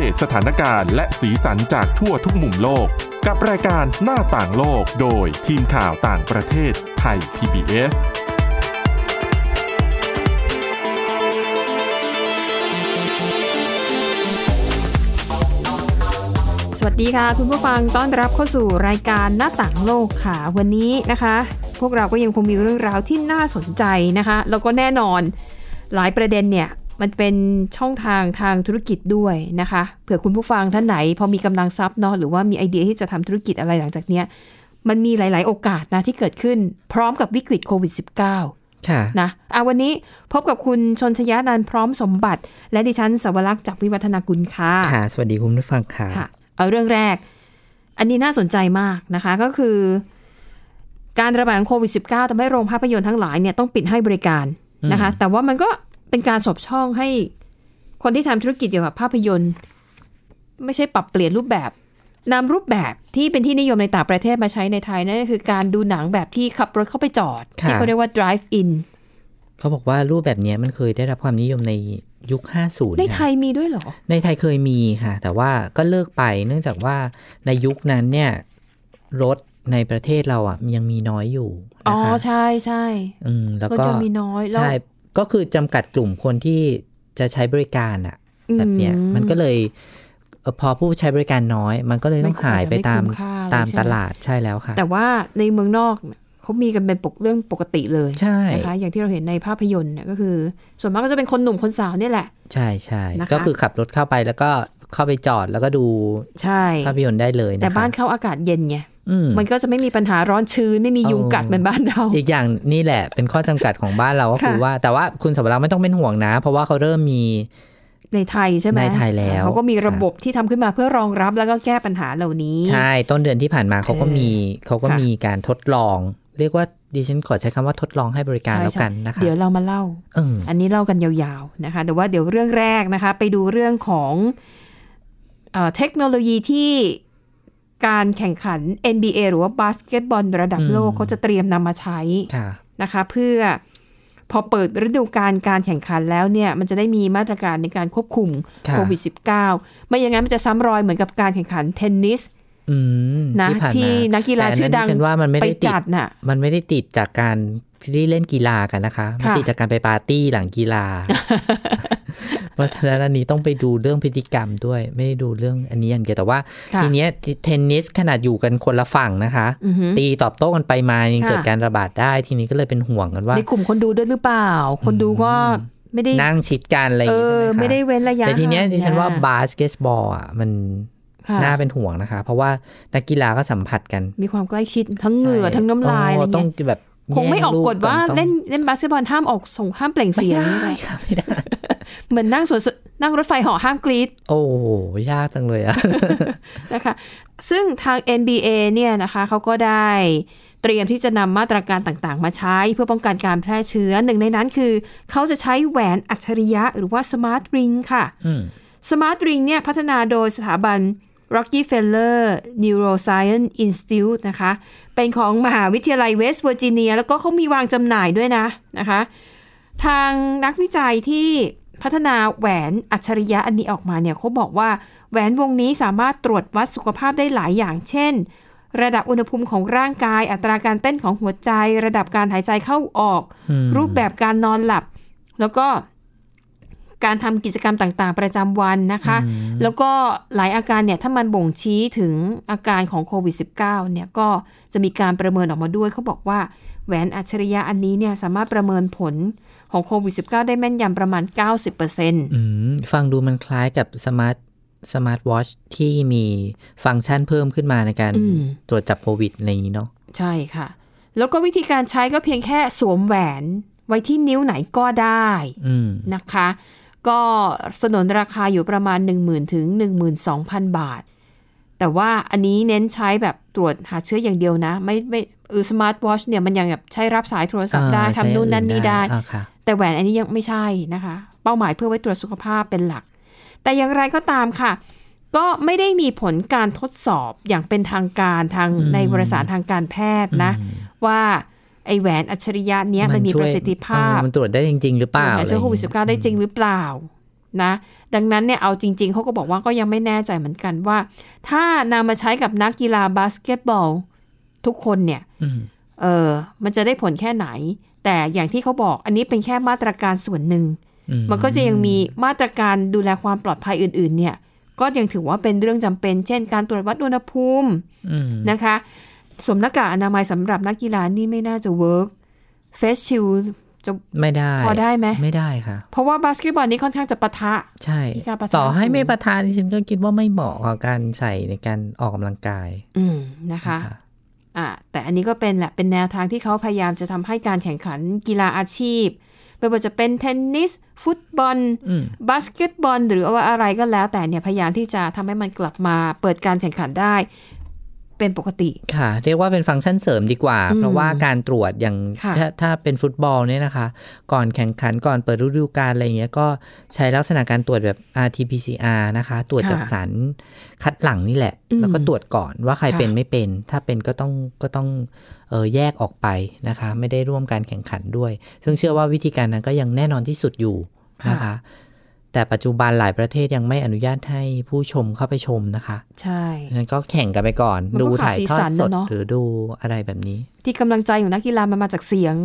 ดตสถานการณ์และสีสันจากทั่วทุกมุมโลก กับรายการหน้าต่างโลกโดยทีมข่าวต่างประเทศไทย PBS สวัสดีค่ะ คุณผู้ฟังต้อนรับเข้าสู่รายการหน้าต่างโลกค่ะ วันนี้นะคะ พวกเราก็ยังคงมีเรื่องราวที่น่าสนใจนะคะ แล้วก็แน่นอนหลายประเด็นเนี่ย มันเป็นช่องทางทางธุรกิจด้วยนะคะเผื่อคุณผู้ฟังท่านไหน พอมีกำลังทรัพย์เนาะหรือว่ามีไอเดียที่จะทำธุรกิจอะไรหลังจากเนี้ยมันมีหลาย ๆ โอกาสนะที่เกิดขึ้น พร้อมกับวิกฤตโควิด -19 ค่ะ นะอ่ะวันนี้พบกับคุณชนชยานันท์พร้อมสมบัติ และดิฉันสวรักษ์จากวิวัฒนากุลค่ะ ค่ะ สวัสดีคุณผู้ฟังค่ะ ค่ะ เอาเรื่องแรก อันนี้น่าสนใจมากนะคะ ก็คือ การระบาดของโควิด -19 ทำให้โรงภาพยนตร์ทั้งหลายเนี่ยต้องปิดให้บริการนะคะ แต่ว่ามันก็เป็นการสบช่องให้คนที่ทำธุรกิจเกี่ยวกับภาพยนตร์ ไม่ใช่ปรับเปลี่ยนรูปแบบนำรูปแบบที่เป็นที่นิยมในต่างประเทศมาใช้ในไทยนั่นก็คือการดูหนังแบบที่ขับรถเข้าไปจอด ที่ ค่ะ เขาเรียกว่า drive in เขาบอกว่ารูปแบบเนี้ยมันเคยได้รับความนิยมในยุค 50 ในไท ค่ะ ยมีด้วยเหรอ ในไทยเคยมีค่ะ แต่ว่าก็เลิกไปเนื่องจากว่าในยุคนั้นเนี่ยรถในประเทศเราอ่ะยังมีน้อยอยู่ อ๋ นะ อ คะ ใช่ใช่ อืมแล้ว รถ ก็ ยนต์มีน้อยแล้ว ใช่ก็คือจำกัดกลุ่มคนที่จะใช้บริการอ่ะ แบบเนี้ย อื มันก็เลยเอ่อพอผู้ใช้บริการน้อย มันก็เลยต้อง ไม่ หายไปตาอามจจะไม่คุ้มค่าเลย ตาม ใช่ไหม ตลาดใช่แล้วค่ะ แต่ว่าในเมืองนอกเนี่ยเขามีกันเป็นปกเรื่องปกติเลย ใช่ นะคะอย่างที่เราเห็นในภาพยนตร์เนี่ยก็คือ ส่วนมากก็จะเป็นคนหนุ่มคนสาวเนี่ยแหละ ใช่ใช่ นะคะ ก็คือขับรถเข้าไปแล้วก็เข้าไปจอดแล้วก็ดู ใช่ ภาพยนตร์ได้เลยนะคะ แต่บ้านเขาอากาศเย็นไง อืม มันก็จะไม่มีปัญหาร้อนชื้นไม่มียุง เอา กัดเหมือนบ้านเรา อีกอย่างนี่แหละเป็นข้อจำกัดของบ้านเราก็ ค่ะ คือว่าแต่ว่าคุณสำรักษ์ไม่ต้องเป็นห่วงนะ เพราะว่าเขาเริ่มมี ในไทยใช่ไหม ในไทยแล้ว เขาก็มีระบบที่ทำขึ้นมาเพื่อรองรับแล้วก็แก้ปัญหาเหล่านี้ ใช่ต้นเดือนที่ผ่านมาเขาก็มีเขาก็ ค่ะ มีการทดลอง เรียกว่าดิฉันขอใช้คำว่าทดลองให้บริการแล้วกันนะคะ เดี๋ยวเรามาเล่า เออ อันนี้เล่ากันยาวๆนะคะ แต่ว่าเดี๋ยวเรื่องแรกนะคะ ไปดูเรื่องของเอ่อเทคโนโลยีที่การแข่งขัน NBA หรือว่าบาสเกตบอลระดับโลกเขาจะเตรียมนำมาใช้ ค่ะ นะคะ เพื่อพอเปิดฤดูการการแข่งขันแล้วเนี่ย มันจะได้มีมาตรการในการควบคุม ค่ะ โควิด -19 ไม่อย่างนั้นมันจะซ้ำรอยเหมือนกับการแข่งขันเทนนิส อืม นะ ที่ผ่าน ที่ มา นักกีฬา แต่อัน ชื่อดัง ดิฉันว่ามันไม่ ไป ได้ติด จัดน่ะ มันไม่ได้ติดจากการที่เล่นกีฬากันนะคะ มัน ค่ะ ติดจากการไปปาร์ตี้หลังกี ฬา เพราะฉะนั้นอันนี้ต้องไปดูเรื่องพฤติกรรมด้วย ไม่ได้ดูเรื่องอันนี้อย่างเดียวแต่ว่า ค่ะ ทีเนี้ยเทนนิสขนาดอยู่กันคนละฝั่งนะคะ อือหือ ตีตอบโต้กันไปมายัง ค่ะ เกิดการระบาดได้ ทีนี้ก็เลยเป็นห่วงกันว่า ในกลุ่มคนดูด้วยหรือเปล่า คนดูก็ไม่ได้ นั่งชิดกันอะไรอย่า เอง งี้ อ ใช่ไหม ไม่ได้ คะ เว้นระยะ แต่ทีเนี้ย ห่ง ดิฉันว่า ะ บาสเกตบอลอ่ะมัน ค่ะ น่าเป็นห่วงนะคะ เพราะว่านักกีฬาก็สัมผัสกัน มีความใกล้ชิดทั้งเหงื่อ ใช่ ทั้งน้ำลายอะไร ต้อ เงี้ ง ย แบบ คงไม่ออก แย่ลู กฎว่า ต้อง เล่นเล่นบาสเกตบอลห้ามออกส่งห้ามเปล่งเสียง ไม่ อะไร ได้ค่ะไม่ได้ เหมือนนั่งสวนสนั่งรถไฟเหาะห้ามกรีด โอ้โหยากจังเลยอะ นะคะซึ่งทาง NBA เนี่ยนะคะเขาก็ได้เตรียมที่จะนำมาตรการต่างๆ มาใช้เพื่อป้องกันการแพร่เชื้อหนึ่งในนั้นคือ เขาจะใช้แหวนอัจฉริยะหรือว่าสมาร์ทริงค่ะ อืม สมาร์ทริงเนี่ยพัฒนาโดยสถาบัน Rockefeller Neuroscience Institute นะคะ เป็นของมหาวิทยาลัยเวสต์เวอร์จิเนียแล้วก็เขามีวางจำหน่ายด้วยนะนะคะ ทางนักวิจัยที่พัฒนาแหวนอัจฉริยะอันนี้ออกมาเนี่ยเขาบอกว่าแหวนวงนี้สามารถตรวจวัดสุขภาพได้หลายอย่าง เช่น ระดับอุณหภูมิของร่างกาย อัตราการเต้นของหัวใจ ระดับการหายใจเข้าออก อืม รูปแบบการนอนหลับ แล้วก็การทำกิจกรรมต่างๆ ประจำวันนะคะ แล้วก็หลายอาการเนี่ยถ้ามันบ่งชี้ถึงอาการของโควิด -19 เนี่ยก็จะมีการประเมินออกมาด้วยเขาบอกว่าแหวนอัจฉริยะอันนี้เนี่ยสามารถประเมินผลของโควิด -19 ได้แม่นยำประมาณ 90% อืม ฟังดูมันคล้ายกับสมาร์ทสมาร์ทวอชที่มีฟังก์ชันเพิ่มขึ้นมาในการ อืม ตรวจจับโควิดอะไรอย่างนี้เนาะ ใช่ค่ะ แล้วก็วิธีการใช้ก็เพียงแค่สวมแหวนไว้ที่นิ้วไหนก็ได้ อืม นะคะ ก็สนนราคาอยู่ประมาณ 10,000 ถึง 12,000 บาท แต่ว่าอันนี้เน้นใช้แบบตรวจหาเชื้ออย่างเดียวนะ ไม่ไม่เออสมาร์ทวอชเนี่ยมันยังแบบใช้รับสายโทรศัพท์ได้ อ่าใช้ ทำนู่น อย่างนั่นอื่นนี่ได้ อ่าค่ะ แต่แหวนอันนี้ยังไม่ใช่นะคะ เป้าหมายเพื่อไว้ตรวจสุขภาพเป็นหลัก แต่อย่างไรก็ตามค่ะ ก็ไม่ได้มีผลการทดสอบอย่างเป็นทางการทางในวารสารทางการแพทย์นะ ว่าไอแหวนอัจฉริยะเนี้ยมันมี ช่ ป วย ระสิทธิภาพเออมันตรวจได้จริง ๆ หรือเปล่า หาเชื้อโควิด ะไร 19ได้จริงหรือเปล่า นะ ดังนั้นเนี่ยเอาจริง ๆเขาก็บอกว่าก็ยังไม่แน่ใจเหมือนกันว่า ถ้านำมาใช้กับนักกีฬาบาสเกตบอลทุกคนเนี่ย อืม เออมันจะได้ผลแค่ไหน แต่อย่างที่เขาบอกอันนี้เป็นแค่มาตรการส่วนหนึ่ง อื มันก็จะยังมีมาตรการดูแลความปลอดภัยอื่น ๆ เนี่ย ก็ยังถือว่าเป็นเรื่องจำเป็น เช่น การตรวจวัดอุณหภูมิ อืม นะคะสวมหน้ากากอนามัยสำหรับนักกีฬานี่ไม่น่าจะเวิร์กเฟสชิลจะ ไม่ได้ พอได้ไหม ไม่ได้ค่ะ เพราะว่าบาสเกตบอลนี่ค่อนข้างจะปะทะ ใช่ มีการปะทะ ต่อให้ สูง ไม่ประทานดิฉันก็คิดว่าไม่เหมาะกับการใส่ในการออกกำลังกาย อืมนะคะ น อ่าแต่อันนี้ก็เป็นแหละเป็นแนวทางที่เขาพยายามจะทำให้การแข่งขันกีฬาอาชีพ ไม่ว่าจะเป็นเทนนิส ฟุตบอล อืม บาสเกตบอลหรือว่าอะไรก็แล้ว แต่เนี่ยพยายามที่จะทำให้มันกลับมาเปิดการแข่งขันได้เป็นปกติ ค่ะ เรียกว่าเป็นฟังก์ชันเสริมดีกว่า อืม เพราะว่าการตรวจอย่าง ค่ะ ถ้าถ้าเป็นฟุตบอลเนี่ยนะคะ ก่อนแข่งขันก่อนเปิดฤดูกาลอะไรอย่างเงี้ยก็ใช้ลักษณะการตรวจแบบ RT-PCR นะคะ ตรวจจาก ค่ะ สารคัดหลั่งนี่แหละ อืม แล้วก็ตรวจก่อนว่าใคร ค่ะ เป็นไม่เป็น ถ้าเป็นก็ต้องก็ต้องเออแยกออกไปนะคะ ไม่ได้ร่วมการแข่งขันด้วย ซึ่งเชื่อว่าวิธีการนั้นก็ยังแน่นอนที่สุดอยู่ นะคะ แต่ปัจจุบันหลายประเทศยังไม่อนุญาตให้ผู้ชมเข้าไปชมนะคะ ใช่ ฉะนั้นก็แข่งกันไปก่อน มันก็ ดูถ่ายทอด ขาดสีสัน ส นะ ด เนอะ หรือดูอะไรแบบนี้ ที่กำลังใจของนักกีฬามันมาจากเสียง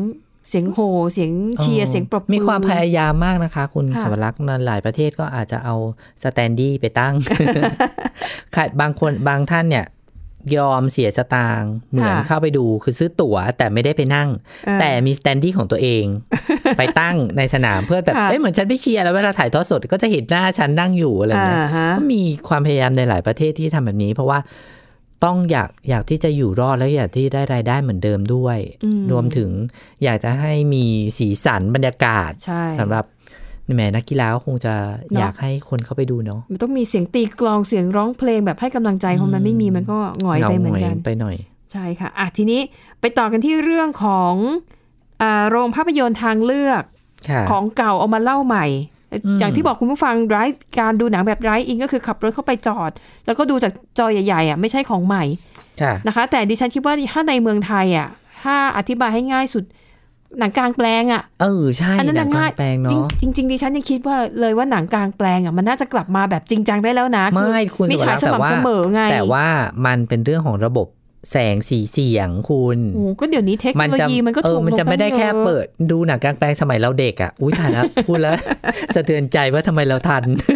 เสียงโห่เสียงเชียร์เสียงปรบมือ มีความพยายามมากนะคะ คุณ ค่ะ สวรักษ์นะหลายประเทศก็อาจจะเอาสแตนดี้ไป ตั้ง ค่ะบางคนบางท่านเนี่ย ยอมเสียสตางค์เหมือนเข้าไปดูคือซื้อตั๋ว แต่ไม่ได้ไปนั่ง เออ แต่มีสแตนดี้ของตัวเอง ไปตั้งในสนามเพื่อแบบ ค่ะ เอ้ยเหมือนฉันไปเชียร์แล้วเวลาถ่ายทอดสดก็จะเห็นหน้าฉันนั่งอยู่อะไรอย่าง อ่า เงี้ย ฮะ ก็มีความพยายามในหลายประเทศที่ทำแบบนี้ เพราะว่าต้องอยากอยากที่จะอยู่รอดและอยากที่ได้รายได้เหมือนเดิมด้วย อื รวมถึงอยากจะให้มีสีสันบรรยากาศ ใช่ สำหรับแหมนักกีฬาก็คงจะ เนอะ อยากให้คนเข้าไปดูเนาะ มันต้องมีเสียงตีกลองเสียงร้องเพลงแบบให้กำลังใจของมันไม่มีมันก็หงอยไปเหมือนกัน ไปหน่อย ใช่ค่ะอ่ะทีนี้ไปต่อกันที่เรื่องของอาโรงภาพยนตร์ทางเลือก ค่ะ ของเก่าเอามาเล่าใหม่ อย่างที่บอกคุณผู้ฟัง drive การดูหนังแบบ drive in ก็คือขับรถเข้าไปจอด แล้วก็ดูจากจอใหญ่ๆอ่ะไม่ใช่ของใหม่ ค่ะ นะคะ แต่ดิฉันคิดว่าถ้าในเมืองไทยอ่ะถ้าอธิบายให้ง่ายสุดหนังกลางแปลงอ่ะ เออ ใช่ อันนั้น หนั นะ งกลา ง่าย งแปลง จริง เนาะ จริงๆดิฉันยังคิดว่าเลยว่าหนังกลางแปลงอ่ะมันน่าจะกลับมาแบบจริงจังได้แล้วนะ ไม่คุณ มี สุวร ฉาร ยสรณแต่ ม่ำ ว่า เสมอไง แต่ว่ามันเป็นเรื่องของระบบแสงสีเสียงคุณ โอ้โหก็เดี๋ยวนี้เทคโน มัน โล จะ ยีมันก็ เอ ถู อก มันจะ ลงตั้ง ไม่ได้แค่ ยอะ เปิดดูหนังกลางแปลงสมัยเราเด็กอ่ะ อุ้ย ทานแล้ว พูดแล้ว สะเทือนใจว่าทำไมเราทัน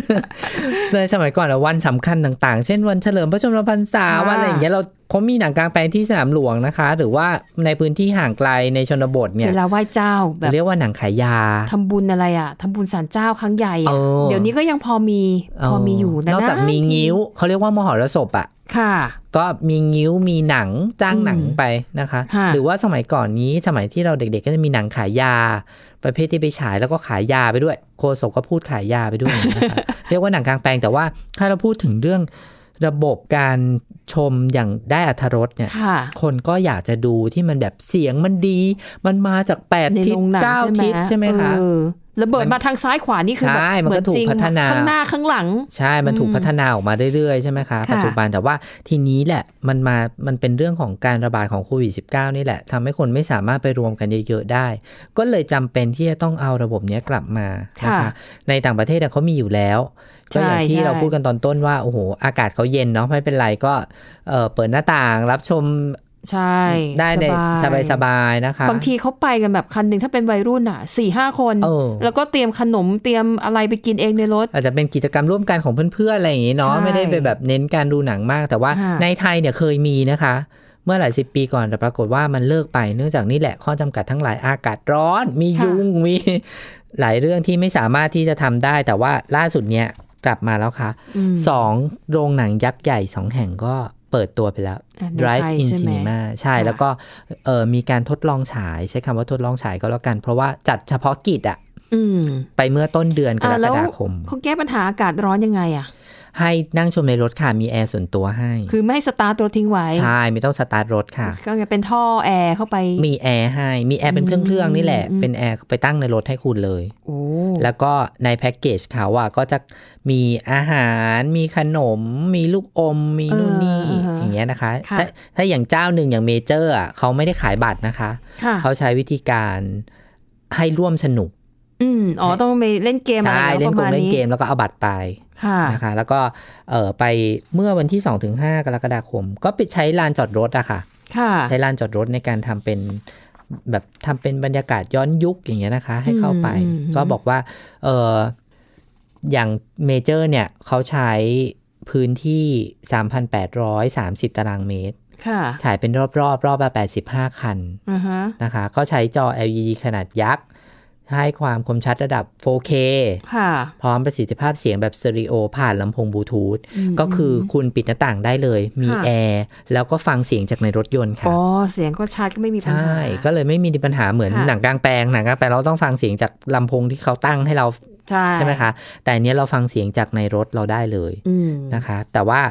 ในสมัยก่อนอะวันสำคัญต่างๆ เช่นวันเฉลิมพระชนมพรรษา อ่า วันอะไรอย่างเงี้ยเราเขามีหนังกลางแปลงที่สนามหลวงนะคะ หรือว่าในพื้นที่ห่างไกลในชนบทเนี่ย เวลาไหว้เจ้าแบบ เรียกว่าหนังขายยา ทำบุญอะไรอ่ะทำบุญสารเจ้าครั้งใหญ่อะ เออ เดี๋ยวนี้ก็ยังพอมี เพ อมีอยู่นะ นอกจากมี ที งิ้วเขาเรียกว่ามหรสพอ่ะ ค่ะ ก็มีงิ้วมีหนังจ้างหนัง อืม ไปนะคะ ค่ะ หรือว่าสมัยก่อนนี้สมัยที่เราเด็ก ๆ ก็จะมีหนังขายยา ประเภทที่ไปฉายแล้วก็ขายยาไปด้วย โคศกก็พูดขายยาไปด้วย นะคะ เรียกว่าหนังกลางแปลงแต่ว่าถ้าเราพูดถึงเรื่องระบบการชมอย่างได้อรรถรสเนี่ย ค่ะ คนก็อยากจะดูที่มันแบบเสียงมันดี มันมาจากแปด ใน ทิศ โรงหนัง เก้า ใช่ไหม ทิศใช่ไหมคะ เออระเบิด มัน มาทางซ้ายขวานี่คือแบบ ใช่มันเหก็มือน ถูก จริง พัฒนา ข้างหน้าข้างหลัง ใช่ มันถูก อืม พัฒนาออกมาเรื่อยๆ ใช่ไหมคะ ค่ะ ปัจจุบันแต่ว่าทีนี้แหละ มันมา มันเป็นเรื่องของการระบาดของโควิด -19 นี่แหละทำให้คนไม่สามารถไปรวมกันเยอะๆ ได้ ก็เลยจำเป็นที่จะต้องเอาระบบเนี้ยกลับมานะ ค่ะ คะ ในต่างประเทศอะเขามีอยู่แล้ว ก็อย่าง ใช่ ที่เรา ใช่ พูดกันตอนต้นว่า โอ้โห อากาศเขาเย็นเนาะ ไม่เป็นไรก็เอ่อเปิดหน้าต่างรับชม ใช่ ได้ในสบายๆ นะคะ บางทีเขาไปกันแบบคันหนึ่งถ้าเป็นวัยรุ่นอ่ะสี่ห้าคน เออ แล้วก็เตรียมขนมเตรียมอะไรไปกินเองในรถ อาจจะเป็นกิจกรรมร่วมกันของเพื่อนๆอะไรอย่างนี้เนาะ ใช่ ไม่ได้ไปแบบเน้นการดูหนังมาก แต่ว่า ค่ะ ในไทยเนี่ยเคยมีนะคะ เมื่อหลายสิบปีก่อนแต่ปรากฏว่ามันเลิกไปเนื่องจากนี่แหละข้อจำกัดทั้งหลายอากาศร้อน มียุงมี หลายเรื่องที่ไม่สามารถที่จะทำได้ แต่ว่าล่าสุดเนี่ยกลับมาแล้วค่ะ อืม สองโรงหนังยักษ์ใหญ่สองแห่งก็เปิดตัวไปแล้ว อ่ะใน Drive ไทย in ใช่ไหม Cinema ใช่ ค่ะ แล้วก็เอ่อมีการทดลองฉาย ใช้คำว่าทดลองฉายก็แล้วกัน เพราะว่าจัดเฉพาะกิจอะ อืม ไปเมื่อต้นเดือนก อ่ะ ร แล้ ก ว ฎาคม เขาแก้ปัญหาอากาศร้อนยังไงอ่ะ ให้นั่งชมในรถค่ะ มีแอร์ส่วนตัวให้ คือไม่ให้สตาร์ทรถทิ้งไว้ ใช่ ไม่ต้องสตาร์ทรถค่ะ ก็จะเป็นท่อแอร์เข้าไป มีแอร์ให้ มีแอร์เป็นเครื่องเครื่องๆนี่แหละ อืม เป็นแอร์ไปตั้งในรถให้คุณเลย โอ้ แล้วก็ในแพ็กเกจเขาอ่ะก็จะมีอาหาร มีขนม มีลูกอม มีนู่นนี่ อย่างเงี้ยนะคะ ถ้าถ้าอย่างเจ้าหนึ่งอย่างเมเจอร์อ่ะเขาไม่ได้ขายบัตรนะคะ ค่ะ เขาใช้วิธีการให้ร่วมสนุก อืมอ๋อต้องไปเล่นเกมอะไร ใช่ แล้ว เล่ ป น ระ กง มาณ เล่น นี้ เกมแล้วก็เอาบัตรไป ค่ะ นะคะแล้วก็เออไปเมื่อวันที่ 2-5ถึงกรกฎาคม ก็ไปใช้ลานจอดรถอะค่ะ ค่ะ ใช้ลานจอดรถในการทำเป็นแบบทำเป็นบรรยากาศย้อนยุคอย่างเงี้ยนะคะ ให้เข้าไป อืมอืม ก็บอกว่าเอออย่างเมเจอร์เนี่ยเขาใช้พื้นที่ 3,830 ตารางเมตร ค่ะ ถ่ายเป็นรอบๆ รอบรอบละ85 คัน อ่าฮะ นะคะ ก็ใช้จอ LED ขนาดยักษ์ ให้ความคมชัดระดับ 4K ค่ะ พร้อมประสิทธิภาพเสียงแบบสเตอริโอผ่านลำโพงบลูทูธก็คือคุณปิดหน้าต่างได้เลย มี ค่ะ แอร์แล้วก็ฟังเสียงจากในรถยนต์ค่ะ อ๋อเสียงก็ชัดก็ไม่มีปัญ ใช่ หา ก็เลยไม่มีปัญหาเหมือน ค่ะ หนังกลางแปลง หนังกลางแปลงเราต้องฟังเสียงจากลำโพงที่เขาตั้งให้เรา ใช่ ใช่ไหมคะ แต่อันเนี้ยเราฟังเสียงจากในรถเราได้เลย อืม นะคะ แต่ว่า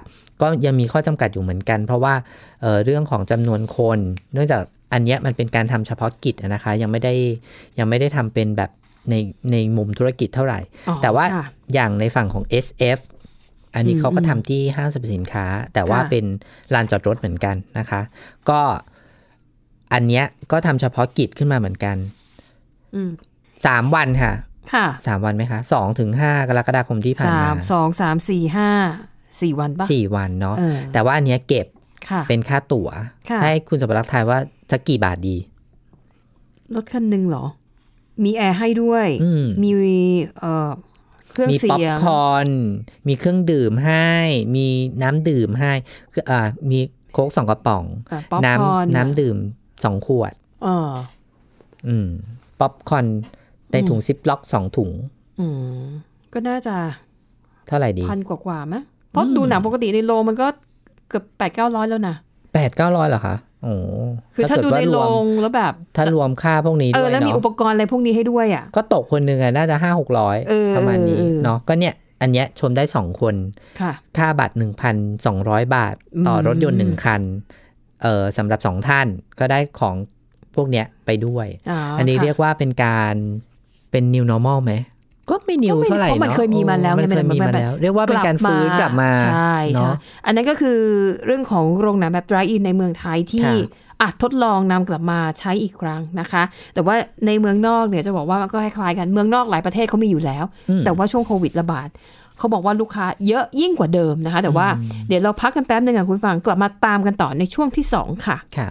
ก็ยังมีข้อจำกัดอยู่เหมือนกัน เพราะว่าเอ่อเรื่องของจำนวนคน เนื่องจากอันเนี้ยมันเป็นการทำเฉพาะกิจอะนะคะ ยังไม่ได้ยังไม่ได้ทำเป็นแบบในในมุมธุรกิจเท่าไหร่ อ๋อ แต่ว่า ค่ะ อย่างในฝั่งของ SF อันนี้ อืม เขาก็ทำที่ห้างสรรพสินค้า แต่ว่า ค่ะ เป็นลานจอดรถเหมือนกันนะคะ ก็อันเนี้ยก็ทำเฉพาะกิจขึ้นมาเหมือนกัน อืม 3 วันค่ะ ค่ะ 3 วันไหมคะ2ถึง5กรกฎาคมที่ผ่าสามนาม สองสามสี่ห้าสี่วันปะ สี่วันเนาะ เออ แต่ว่าอันเนี้ยเก็บ ค่ะ เป็นค่าตั๋ว ค่ะ ให้คุณสมรักษ์ทายว่าสักกี่บาทดี รถคันหนึ่งเหรอ มีแอร์ให้ด้วย อืม มีเอ่อเครื่อง มี เสี ป๊อป ยง คอร์นมีเครื่องดื่มให้ มีน้ำดื่มให้คืออ่ามีโค้กสองกระป๋อง อ่ะป๊อป น้ คอร์น ำน้ำดื่มสองขวด เออ อืม ป๊อปคอร์นในถุงซิปล็อกสองถุง อืมก็น่าจะ เท่าไหร่ดี พันกว่ากว่าๆไหมเพราะดูหนังปกติในโรงมันก็เกือบแปดเก้าร้อยแล้วนะ แปดเก้าร้อยเหรอคะ โอ้ คือถ้า เกิ ดู ว่ ใน ร โร วม งแล้วแบบ ถ้ารวมค่าพวกนี้ เอ ด้ อ วย แล้วมี เนาะ อุปกรณ์อะไรพวกนี้ให้ด้วยอ่ะ ก็ตกคนหนึ่งอะน่าจะห้าหกร้อย เออ ประมาณนี้ เออเออ เนาะก็เนี่ย อันเนี้ยชมได้สองคน ค่ะ ค่าบัตรหนึ่งพันสองร้อยบาท ต่อรถยนต์หนึ่งคัน เออสำหรับสองท่านก็ได้ของพวกเนี้ยไปด้วย อันนี้เรียกว่าเป็นการเป็น new normal ไหม ก็ไม่ new ก็ไม่ เท่าไหร่ เพราะมัน เนาะ เคยมีมาแล้วไง มันเคย มัน มี มัน มา แบบ แล้ว เรียกว่าเป็นการฟื้นกลับมา ใช่ เน ใช่ อะ อันนั้นก็คือเรื่องของโรงหนังแบบ dry in ในเมืองไทยที่ ค่ะ อาจทดลองนำกลับมาใช้อีกครั้งนะคะ แต่ว่าในเมืองนอกเนี่ยจะบอกว่ามันก็คล้ายๆกันเมืองนอกหลายประเทศเขามีอยู่แล้ว อืม แต่ว่าช่วงโควิดระบาดเขาบอกว่าลูกค้าเยอะยิ่งกว่าเดิมนะคะ แต่ว่าเดี๋ยวเราพักกันแป๊บหนึ่งค่ะคุณผู้ฟังกลับมาตามกันต่อในช่วงที่สองค่ะ ค่ะ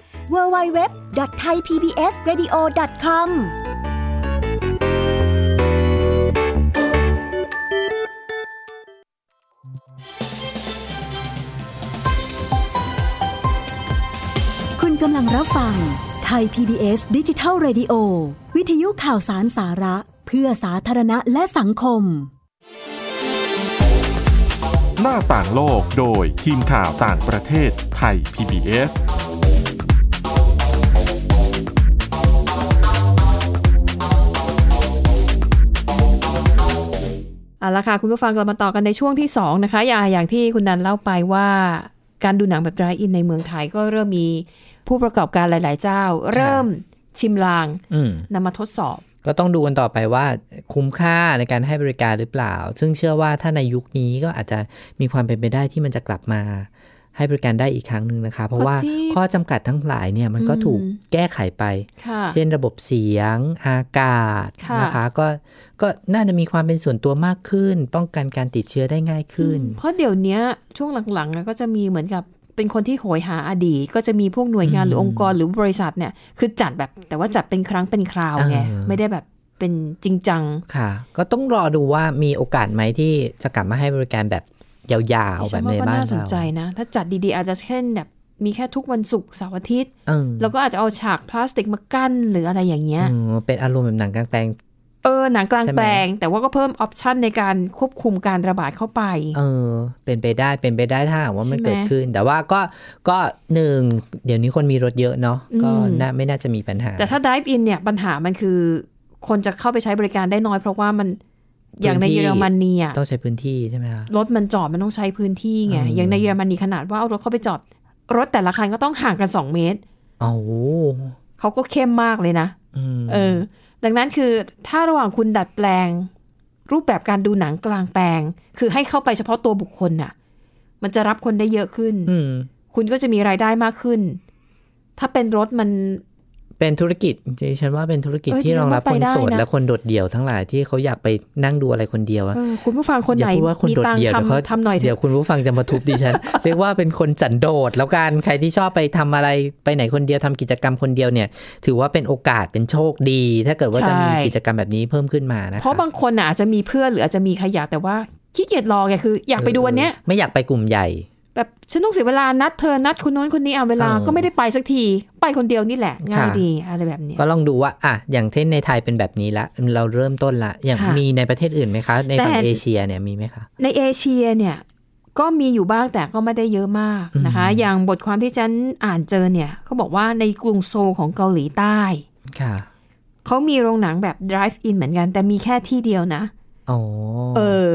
www.thaipbsradio.com คุณกำลังรับฟังไทย PBS ดิจิทัล Radio วิทยุข่าวสารสาระ เพื่อสาธารณะและสังคม หน้าต่างโลกโดยทีมข่าวต่างประเทศไทย PBS เอาละค่ะ คุณผู้ฟังเรามาต่อกันในช่วงที่ 2 นะคะ อย่างอย่างที่คุณนันเล่าไปว่า การดูหนังแบบไรอินในเมืองไทยก็เริ่มมีผู้ประกอบการหลาย ๆ เจ้า เริ่มชิมลาง อืม นำมาทดสอบ ก็ต้องดูกันต่อไปว่าคุ้มค่าในการให้บริการหรือเปล่า ซึ่งเชื่อว่าถ้าในยุคนี้ก็อาจจะมีความเป็นไปได้ที่มันจะกลับมา ให้บริการได้อีกครั้งหนึ่งนะคะ เพราะว่า เพราะที่ ข้อจำกัดทั้งหลายเนี่ยมันก็ อืม ถูกแก้ไขไป ค่ะ เช่นระบบเสียง อากาศ ค่ะ นะคะ ก็ก็น่าจะมีความเป็นส่วนตัวมากขึ้น ป้องกันการติดเชื้อได้ง่ายขึ้น อืมเพราะเดี๋ยวเนี้ยช่วงหลังๆอะก็จะมีเหมือนกับเป็นคนที่โหยหาอดีต ก็จะมีพวกหน่วยงาน อืม หรือองค์กรหรือบริษัทเนี่ยคือจัดแบบแต่ว่าจัดเป็นครั้งเป็นคราวไง เออ ไม่ได้แบบเป็นจริงจัง ค่ะ ก็ต้องรอดูว่ามีโอกาสไหมที่จะกลับมาให้บริการแบบยาว ดิ ๆ แบ ฉั บ ว่า ใน ก็ บ้าน น่าสน เรา ใจนะ ถ้าจัดดีๆอาจจะเช่นแบบมีแค่ทุกวันศุกร์เสาร์อาทิตย์ เออ แล้วก็อาจจะเอาฉากพลาสติกมากั้นหรืออะไรอย่างเงี้ย เออเป็นอารมณ์แบบหนังกลางแปลง เออหนังกลาง ใช่ไหม แปลง แต่ว่าก็เพิ่มออปชันในการควบคุมการระบาดเข้าไป เออ เป็นไปได้ เป็นไปได้ถ้าหากว่ามัน ใช่ไหม เกิดขึ้น แต่ว่าก็ ก็หนึ่ง เดี๋ยวนี้คนมีรถเยอะเนาะ ก็ อืม น่าไม่น่าจะมีปัญหา แต่ถ้า dive in เนี่ยปัญหามันคือ คนจะเข้าไปใช้บริการได้น้อย เพราะว่ามันอย่างใน พื้นที่ เยอรมนีอ่ะ ต้องใช้พื้นที่ใช่ไหมคะ รถมันจอดมันต้องใช้พื้นที่ไง อืม อย่างในเยอรมนีขนาดว่าเอารถเข้าไปจอด รถแต่ละคันก็ต้องห่างกัน 2 เมตร โอ้โห เขาก็เข้มมากเลยนะ อืม เออ ดังนั้นคือถ้าระหว่างคุณดัดแปลง รูปแบบการดูหนังกลางแปลง คือให้เข้าไปเฉพาะตัวบุคคลน่ะ มันจะรับคนได้เยอะขึ้น อืม คุณก็จะมีรายได้มากขึ้น ถ้าเป็นรถมัน เป็นธุรกิจจริงๆฉันว่าเป็นธุรกิจ เอ้ย ที่รองรับ ฉันว่า ค ไป น ได้ โสด นะ และคนโดดเดี่ยวทั้งหลายที่เขาอยากไปนั่งดูอะไรคนเดียวอะ เออคุณผู้ฟังคน อ ไหน ย่าพูดว่าคน มี โดด ตังค์ เดี่ยวเดี๋ยวเขา ทำทำหน่อยเถ เดี๋ยว อะ คุณผู้ฟังจะมาทุบดิฉัน เรียกว่าเป็นคนสันโดษแล้วกัน ใครที่ชอบไปทำอะไรไปไหนคนเดียวทำกิจกรรมคนเดียวเนี่ย ถือว่าเป็นโอกาสเป็นโชคดี ถ้าเกิดว่าจะมีกิจกรรมแบบนี้เพิ่มขึ้นมานะ เพราะ คะ บางคนน่ะอาจจะมีเพื่อนหรืออาจจะมีขยะแต่ว่าขี้เกียจรอไงคืออยากไปดูวันเนี้ย ออไม่อยากไปกลุ่มใหญ่ แบบฉันต้องเสียเวลานัดเธอนัดคนโน้นคนนี้เอาเวลา เออ ก็ไม่ได้ไปสักที ไปคนเดียวนี่แหละง่าย ค่ะ ดีอะไรแบบเนี้ย ก็ลองดูว่า อ่ะ อย่างเช่นในไทยเป็นแบบนี้ละ เราเริ่มต้นละ อย่าง ค่ะ มีในประเทศอื่นไหมคะ ในฝั่ง แต่ เอเชียเนี่ยมีไหมคะ ในเอเชียเนี่ยก็มีอยู่บ้างแต่ก็ไม่ได้เยอะมากนะคะ อืม อย่างบทความที่ฉันอ่านเจอเนี่ยเขาบอกว่าในกรุงโซลของเกาหลีใต้ ค่ะ เขามีโรงหนังแบบ drive in เหมือนกัน แต่มีแค่ที่เดียวนะ อ๋อ เออ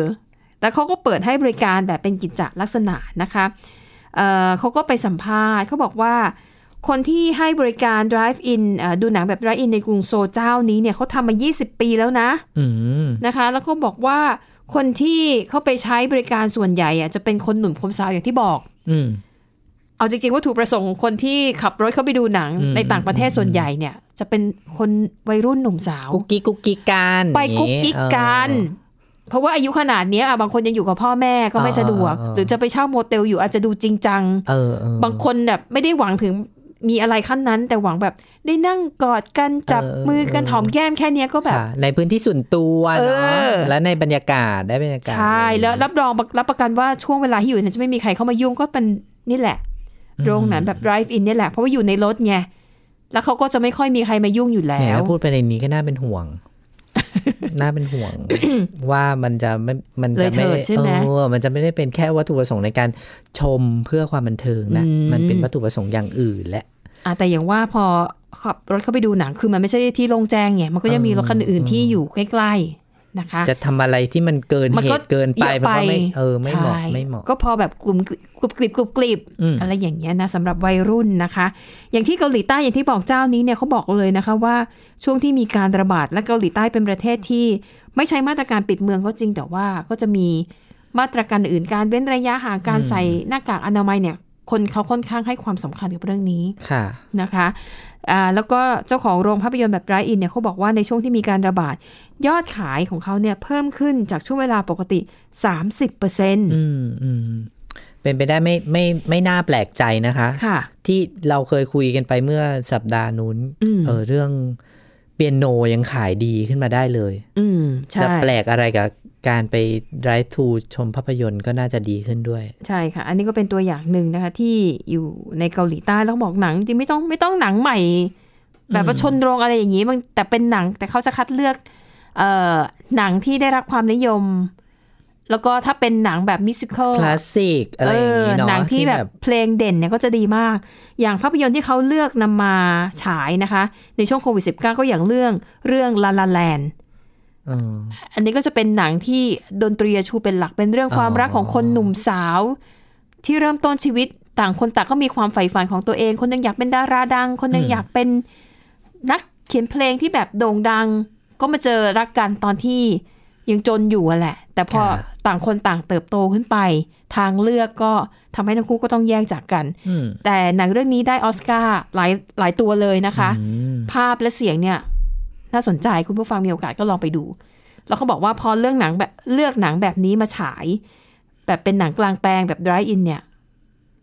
แต่เขาก็เปิดให้บริการแบบเป็นกิจจลักษณะนะคะ เอ่อเขาก็ไปสัมภาษณ์เขาบอกว่า คนที่ให้บริการ drive in เอ่อดูหนังแบบ drive in ในกรุงโซลเจ้านี้เนี่ยเขาทำมา 20 ปีแล้วนะ อืม นะคะ แล้วก็บอกว่าคนที่เข้าไปใช้บริการส่วนใหญ่อะจะเป็นคนหนุ่มคนสาวอย่างที่บอก อืม เอาจริงๆวัตถุประสงค์ของคนที่ขับรถเข้าไปดูหนัง อืม ในต่างประเทศส่วนใหญ่เนี่ย จะเป็นคนวัยรุ่นหนุ่มสาว กุ๊กกิ๊กกุ๊กกิ๊กกัน ไป อย่างงี้ กุ๊กกิ๊กกัน เออ เพราะว่าอายุขนาดเนี้ยอ่ะบางคนยังอยู่กับพ่อแม่ก็ไม่ อ่า สะดวก อ่าอ่า หรือจะไปเช่าโมเตลอยู่อาจจะดูจริงจัง เออเออบ างคนแบบไม่ได้หวังถึงมีอะไรขั้นนั้น แต่หวังแบบได้นั่งกอดกันจับมือกันหอมแก้มแค่เนี้ยก็แบบ ค่ะในพื้นที่ส่วนตัว เอ เนา อ ะและในบรรยากาศได้บรรยากาศ ใช่แล้วรับรองรับประกันว่าช่วงเวลาที่อยู่เนี่ยจะไม่มีใครเข้ามายุ่งก็เป็นนี่แหละ โรงหนังแบบ drive in เนี่ยแหละ เพราะว่าอยู่ในรถไงแล้วเขาก็จะไม่ค่อยมีใครมายุ่งอยู่แล้ แหม ว ถ้าพูดประเด็นนี้ก็น่าเป็นห่วง น่าเป็นห่วง ว่ามันจะไม่มัน เลยจะเถิ ไม่ ดใช่ไหม เออมันจะไม่ได้เป็นแค่วัตถุประสงค์ในการชมเพื่อความบันเทิงนะ อืม มันเป็นวัตถุประสงค์อย่างอื่นและ อ่ะแต่อย่างว่าพอขับรถเข้าไปดูหนังคือมันไม่ใช่ที่โล่งแจ้งไงมันก็ยังมีรถคันอื่นที่อยู่ใกล้ๆนะคะ จะทำอะไรที่มันเกิน มัน เห ก็ ตุเกินไป ยอะ มันก็ไม่เออไม่เหมาะ ใช่ ไม่เหมาะ ก็พอแบบกลุ่มกรุบกริบกรุบกริบ อืม อะไรอย่างเงี้ยนะสำหรับวัยรุ่นนะคะ อย่างที่เกาหลีใต้อย่างที่บอกเจ้านี้เนี่ยเขาบอกเลยนะคะว่าช่วงที่มีการระบาดและเกาหลีใต้เป็นประเทศที่ ไม่ใช้มาตรการปิดเมืองก็จริงแต่ว่าก็จะมีมาตรการอื่นการเว้นระยะห่างการใส่หน้ากากอนามัยเนี่ยคนเขาค่อนข้างให้ความสำคัญกับเรื่องนี้ ค่ะ นะคะอ่าแล้วก็เจ้าของโรงภาพยนตร์แบบไรอินเนี่ยเขาบอกว่าในช่วงที่มีการระบาด ยอดขายของเขาเนี่ยเพิ่มขึ้นจากช่วงเวลาปกติ 30% อืมอืมเป็นไปได้ไม่ไม่ไม่น่าแปลกใจนะคะ ค่ะ ที่เราเคยคุยกันไปเมื่อสัปดาห์นู้น อืม เออเรื่องเปียโนยังขายดีขึ้นมาได้เลย อืม ใช่ จะแปลกอะไรกับการไป drive to ชมภาพยนตร์ก็น่าจะดีขึ้นด้วย ใช่ค่ะ อันนี้ก็เป็นตัวอย่างหนึ่งนะคะ ที่อยู่ในเกาหลีใต้แล้วบอกหนังจริงไม่ต้องไม่ต้องหนังใหม่ แบบว่าชนโรงอะไรอย่างนี้มันแต่เป็นหนังแต่เขาจะคัดเลือกเอ่อหนังที่ได้รับความนิยม แล้วก็ถ้าเป็นหนังแบบมิวสิควล คลาสสิกอะไรอย่างนี้เนาะ หนังที่แบบเพลงเด่นเนี่ยก็จะดีมาก อย่างภาพยนตร์ที่เขาเลือกนำมาฉายนะคะ ในช่วงโควิด -19 ก็อย่างเรื่องเรื่องลาลาแลน เออ อันนี้ก็จะเป็นหนังที่ดนตรีชูเป็นหลักเป็นเรื่องความ อ๋อ รักของคนหนุ่มสาว ที่เริ่มต้นชีวิตต่างคนต่างก็มีความใฝ่ฝันของตัวเอง คนหนึงอยากเป็นดาราดัง คนหนึงอยากเป็นนักเขียนเพลงที่แบบโด่งดัง ก็มาเจอรักกันตอนที่ยังจนอยู่อะแหละ แต่พอต่างคนต่างเติบโตขึ้นไป ทางเลือกก็ทำให้ทั้งคู่ก็ต้องแยกจากกัน อืม แต่หนังเรื่องนี้ได้ออสการ์หลายหลายตัวเลยนะคะ ภาพและเสียงเนี่ยน่าสนใจคุณผู้ฟังมีโอกาสก็ลองไปดู แล้วเขาบอกว่าพอเรื่องหนังแบบเลือกหนังแบบนี้มาฉาย แบบเป็นหนังกลางแปลงแบบ drive in เนี่ย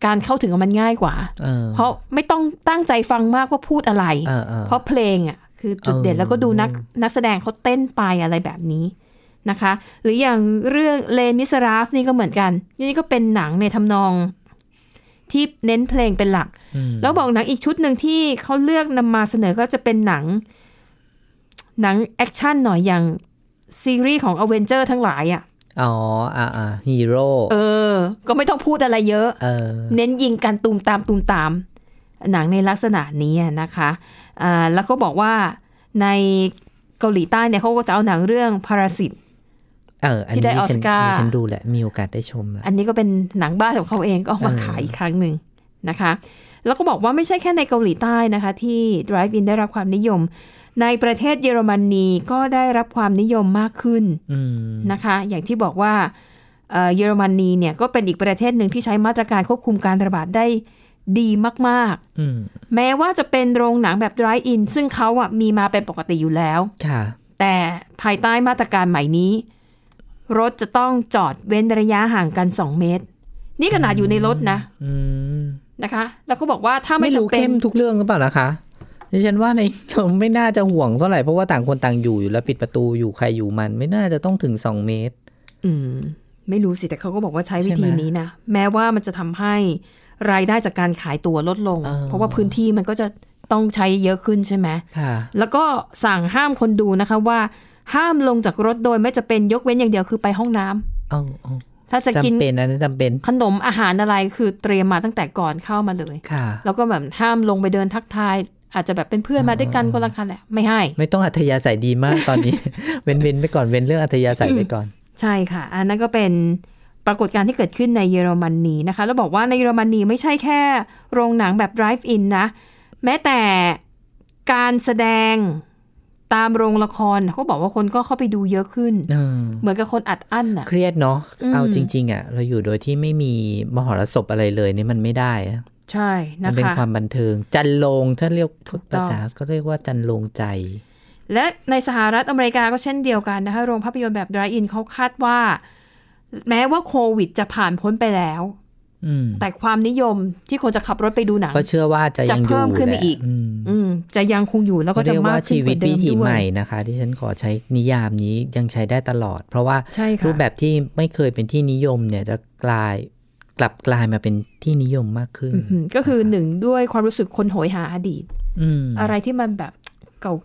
การเข้าถึงมันง่ายกว่า เออ เพราะไม่ต้องตั้งใจฟังมากว่าพูดอะไร เออเออ เพราะเพลงอ่ะคือจุดเด่น เออ แล้วก็ดูนักนักแสดงเขาเต้นไปอะไรแบบนี้นะคะ หรืออย่างเรื่องเลนมิสราฟนี่ก็เหมือนกัน นี่ก็เป็นหนังในทำนองที่เน้นเพลงเป็นหลัก อืม แล้วบอกหนังอีกชุดหนึ่งที่เขาเลือกนำมาเสนอก็จะเป็นหนัง หนังแอคชั่นหน่อยอย่างซีรีส์ของอเวนเจอร์ทั้งหลายอะ่ะ อ๋ออ่าอ่าฮีโร่ เออ ก็ไม่ต้องพูดอะไรเยอะ เออ เน้นยิงกันตูมตามตูมตาม หนังในลักษณะนี้อะนะคะอ่าแล้วก็บอกว่าในเกาหลีใต้เนี่ยเขาก็จะเอาหนังเรื่องพาราสิต เออ อัน ที่ นี้ ได้ ดิฉัน Oscar ดิฉันดูแหละ มีโอกาสได้ชมแหละ อันนี้ก็เป็นหนังบ้านของเขาเองก็เอามา เออ ขายอีกครั้งหนึ่งนะคะ แล้วก็บอกว่าไม่ใช่แค่ในเกาหลีใต้นะคะ ที่ Drive In ได้รับความนิยม ในประเทศเยอรมนีก็ได้รับความนิยมมากขึ้น อืม นะคะ อย่างที่บอกว่าเอ่อเยอรมนีเนี่ยก็เป็นอีกประเทศหนึ่งที่ใช้มาตรการควบคุมการระบาดได้ดีมาก อืม ๆ แม้ว่าจะเป็นโรงหนังแบบ Drive In ซึ่งเขาอ่ะมีมาเป็นปกติอยู่แล้ว ค่ะ แต่ภายใต้มาตรการใหม่นี้ รถจะต้องจอดเว้นระยะห่างกัน 2 เมตร นี่ขนาดอยู่ในรถนะ อืม นะคะ แล้วก็บอกว่าถ้าไม่ ไม่รู้ จำเป็น เข้มทุกเรื่องหรือเปล่าล่ะคะดิฉันว่าใน ไม่น่าจะห่วงเท่าไหร่ เพราะว่าต่างคนต่างอยู่อยู่แล้วปิดประตูอยู่ใครอยู่มัน ไม่น่าจะต้องถึงสองเมตร อืม ไม่รู้สิแต่เขาก็บอกว่าใช้วิธี ใช่ไหม นี้นะแม้ว่ามันจะทำให้รายได้จากการขายตั๋วลดลง เออ เพราะว่าพื้นที่มันก็จะต้องใช้เยอะขึ้นใช่ไหม ค่ะ แล้วก็สั่งห้ามคนดูนะคะว่า ห้ามลงจากรถโดยไม่จะเป็นยกเว้นอย่างเดียวคือไปห้องน้ำ เอาเอา ถ้าจะกิน จำเป็นอันนั้นจำเป็น ขนมอาหารอะไรคือเตรียมมาตั้งแต่ก่อนเข้ามาเลย ค่ะ แล้วก็แบบห้ามลงไปเดินทักทาย อาจจะแบบเป็นเพื่อนมาด้วยกันก็และกันแหละ ไม่ให้ ไม่ต้องอัธยาศัยดีมากต อนนี้ เว้นเว้นไปก่อน เว้นเรื่องอัธยาศัยไปก่อน ใช่ค่ะ อันนั้นก็เป็นปรากฏการณ์ที่เกิดขึ้นในเยอรมนนีนะคะ แล้วบอกว่าในเยอรมนนีไม่ใช่แค่โรงหนังแบบ drive in นะ แม้แต่การแสดงตามโรงละครเขาบอกว่าคนก็เข้าไปดูเยอะขึ้น เออ เหมือนกับคนอัดอั้นอ่ะ เครียดเนาะ อืม เอาจริง ๆอ่ะ เราอยู่โดยที่ไม่มีมหรสพอะไรเลยเนี่ยมันไม่ได้อะ ใช่ มั นะ เป็น คะ ความบันเทิง จันลง ถ้าเรียก ถูกต้อง ภาษาก็เรียกว่าจันลงใจ และในสหรัฐอเมริกาก็เช่นเดียวกันนะคะ โรงภาพยนตร์แบบ drive in เขาคาดว่า แม้ว่าโควิดจะผ่านพ้นไปแล้ว อืม แต่ความนิยมที่คนจะขับรถไปดูหนัง ก็เชื่อว่าจะยัง จะ อยู่ เพิ่มขึ้นไป แหละ อีก ม อืมจะยังคงอยู่แล้วก็จะ เรีย มา ว่าก ขึ้น ชี ก วิต ว่าเดิ วิ ม ถี ด้ว ใหม่ ย นะคะ ที่ฉันขอใช้นิยามนี้ยังใช้ได้ตลอด เพราะว่า ใช่ค่ะ รูปแบบที่ไม่เคยเป็นที่นิยมเนี่ยจะกลายกลับกลายมาเป็นที่นิยมมากขึ้น อืมก็คือหนึ่งด้วยความรู้สึกคนโหยหาอดีต อืม อะไรที่มันแบบ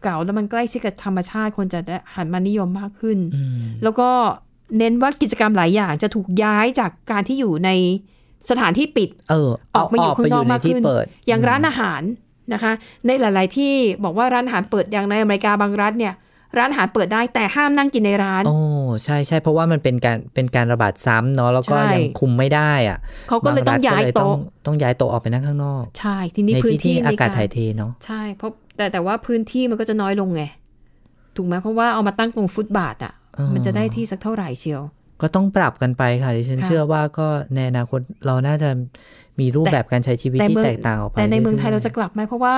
เก่าๆ แล้วมันใกล้ชิดกับธรรมชาติคนจะได้หันมานิยมมากขึ้น อืม แล้วก็เน้นว่ากิจกรรมหลายอย่างจะถูกย้ายจากการที่อยู่ในสถานที่ปิด เออ ออกมาอยู่ข้างนอก ไป มาก ที่ ขึ้น เปิด อย่างร้านอาหารนะคะ ในหลาย ๆ ที่บอกว่าร้านอาหารเปิดอย่างในอเมริกาบางรัฐเนี่ย ร้านอาหารเปิดได้แต่ห้ามนั่งกินในร้าน โอ้ใช่ใช่เพราะว่ามันเป็นการเป็นการระบาดซ้ำเนาะแล้วก็ ใช่ ยังคุมไม่ได้อะ เขาก็เลยต้อง บ ย้าย รัฐก็เลต้อง โต๊ะ ต้องย้ายโต๊ะออกไปนั่งข้างนอก ใช่ทีนี้ ใน พื้นที่ที่ที่อา ใน กาศ ร ถ่ายเทเนาะ ใช่เพราะแต่แต่ว่าพื้นที่มันก็จะน้อยลงไง ถูกไหมเพราะว่าเอามาตั้งตรงฟุตบาทอ่ะ เออ มันจะได้ที่สักเท่าไหร่เชียว ก็ต้องปรับกันไปค่ะดิฉัน ค่ะ เชื่อว่าก็ในอนาคตเราน่าจะมีรูป แต่ แบบการใช้ชีวิตที่ เมือง แตกต่างออกไป แต่ในเมืองไทยเราจะ อก ลับไหมเพราะว่า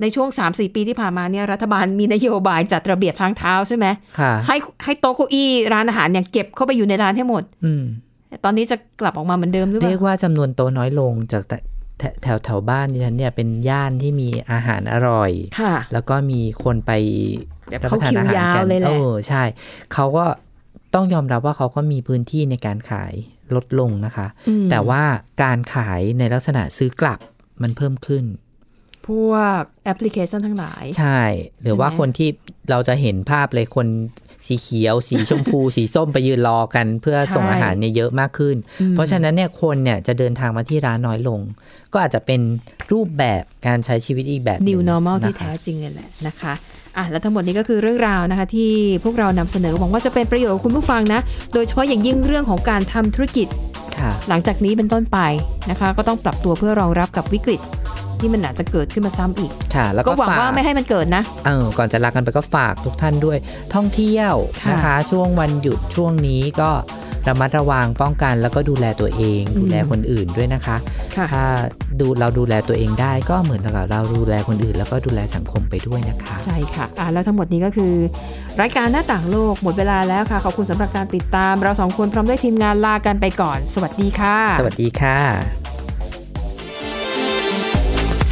ในช่วง 3 4 ปีที่ผ่านมาเนี่ยรัฐบาลมีนโยบายจัดระเบียบทางเท้าใช่ไหม ๆค่ะ ให้ให้โต๊ะเก้าอี้ร้านอาหารเนี่ยเก็บเข้าไปอยู่ในร้านให้หมด อืม แต่ตอนนี้จะกลับออกมาเหมือนเดิมหรือเป เรียก ล่า ว่าจำนวนโต๊ะน้อยลงจากแต่แถแถวแถวบ้านดิฉันเนี่ยเป็นย่านที่มีอาหารอร่อย ค่ะ แล้วก็มีคนไป แบบ รับป เขา ระทาน คิว อาหาร ยาว กัน เลยแห เอ ละ อใช่ เขาก็ต้องยอมรับว่าเขาก็มีพื้นที่ในการขายลดลงนะคะ ม แต่ว่าการขายในลักษณะซื้อกลับมันเพิ่มขึ้น พวกแอปพลิเคชันทั้งหลาย ใช่ หรือว่า ใช่ไหม คนที่เราจะเห็นภาพเลยคน สีเขียว สีชมพู สีส้มไปยืนรอกัน เพื่อ ใช่ ส่งอาหารเนี่ยเยอะมากขึ้น อืม เพราะฉะนั้นเนี่ยคนเนี่ยจะเดินทางมาที่ร้านน้อยลง ก็อาจจะเป็นรูปแบบการใช้ชีวิตอีกแบบหง New Normal ที่ นะคะ แท้จริงเนี่ยแหละนะคะอ่ะและทั้งหมดนี้ก็คือเรื่องราวนะคะ ที่พวกเรานำเสนอหวังว่าจะเป็นประโยชน์กับคุณผู้ฟังนะ โดยเฉพาะอย่างยิ่งเรื่องของการทำธุรกิจ ค่ะ หลังจากนี้เป็นต้นไปนะคะ ก็ต้องปรับตัวเพื่อรองรับกับวิกฤต ที่มันอาจจะเกิดขึ้นมาซ้ำอีก ค่ะ แล้ว ก็ ก็ หวัง ฝก ว่าไม่ให้มันเกิดนะ เออก่อนจะลากันไปก็ฝากทุกท่านด้วยท่องเที่ยว ค่ะ นะคะ ช่วงวันหยุดช่วงนี้ก็ระมัดระวังป้องกันแล้วก็ดูแลตัวเอง อืม ดูแลคนอื่นด้วยนะคะ ค่ะ ถ้าดูเราดูแลตัวเองได้ก็เหมือนกับเราดูแลคนอื่น แล้วก็ดูแลสังคมไปด้วยนะคะ ใช่ค่ะอ่ะ แล้วทั้งหมดนี้ก็คือ รายการหน้าต่างโลกหมดเวลาแล้วค่ะ ขอบคุณสำหรับการติดตาม เราสองคนพร้อมด้วยทีมงานลากันไปก่อน สวัสดีค่ะ สวัสดีค่ะ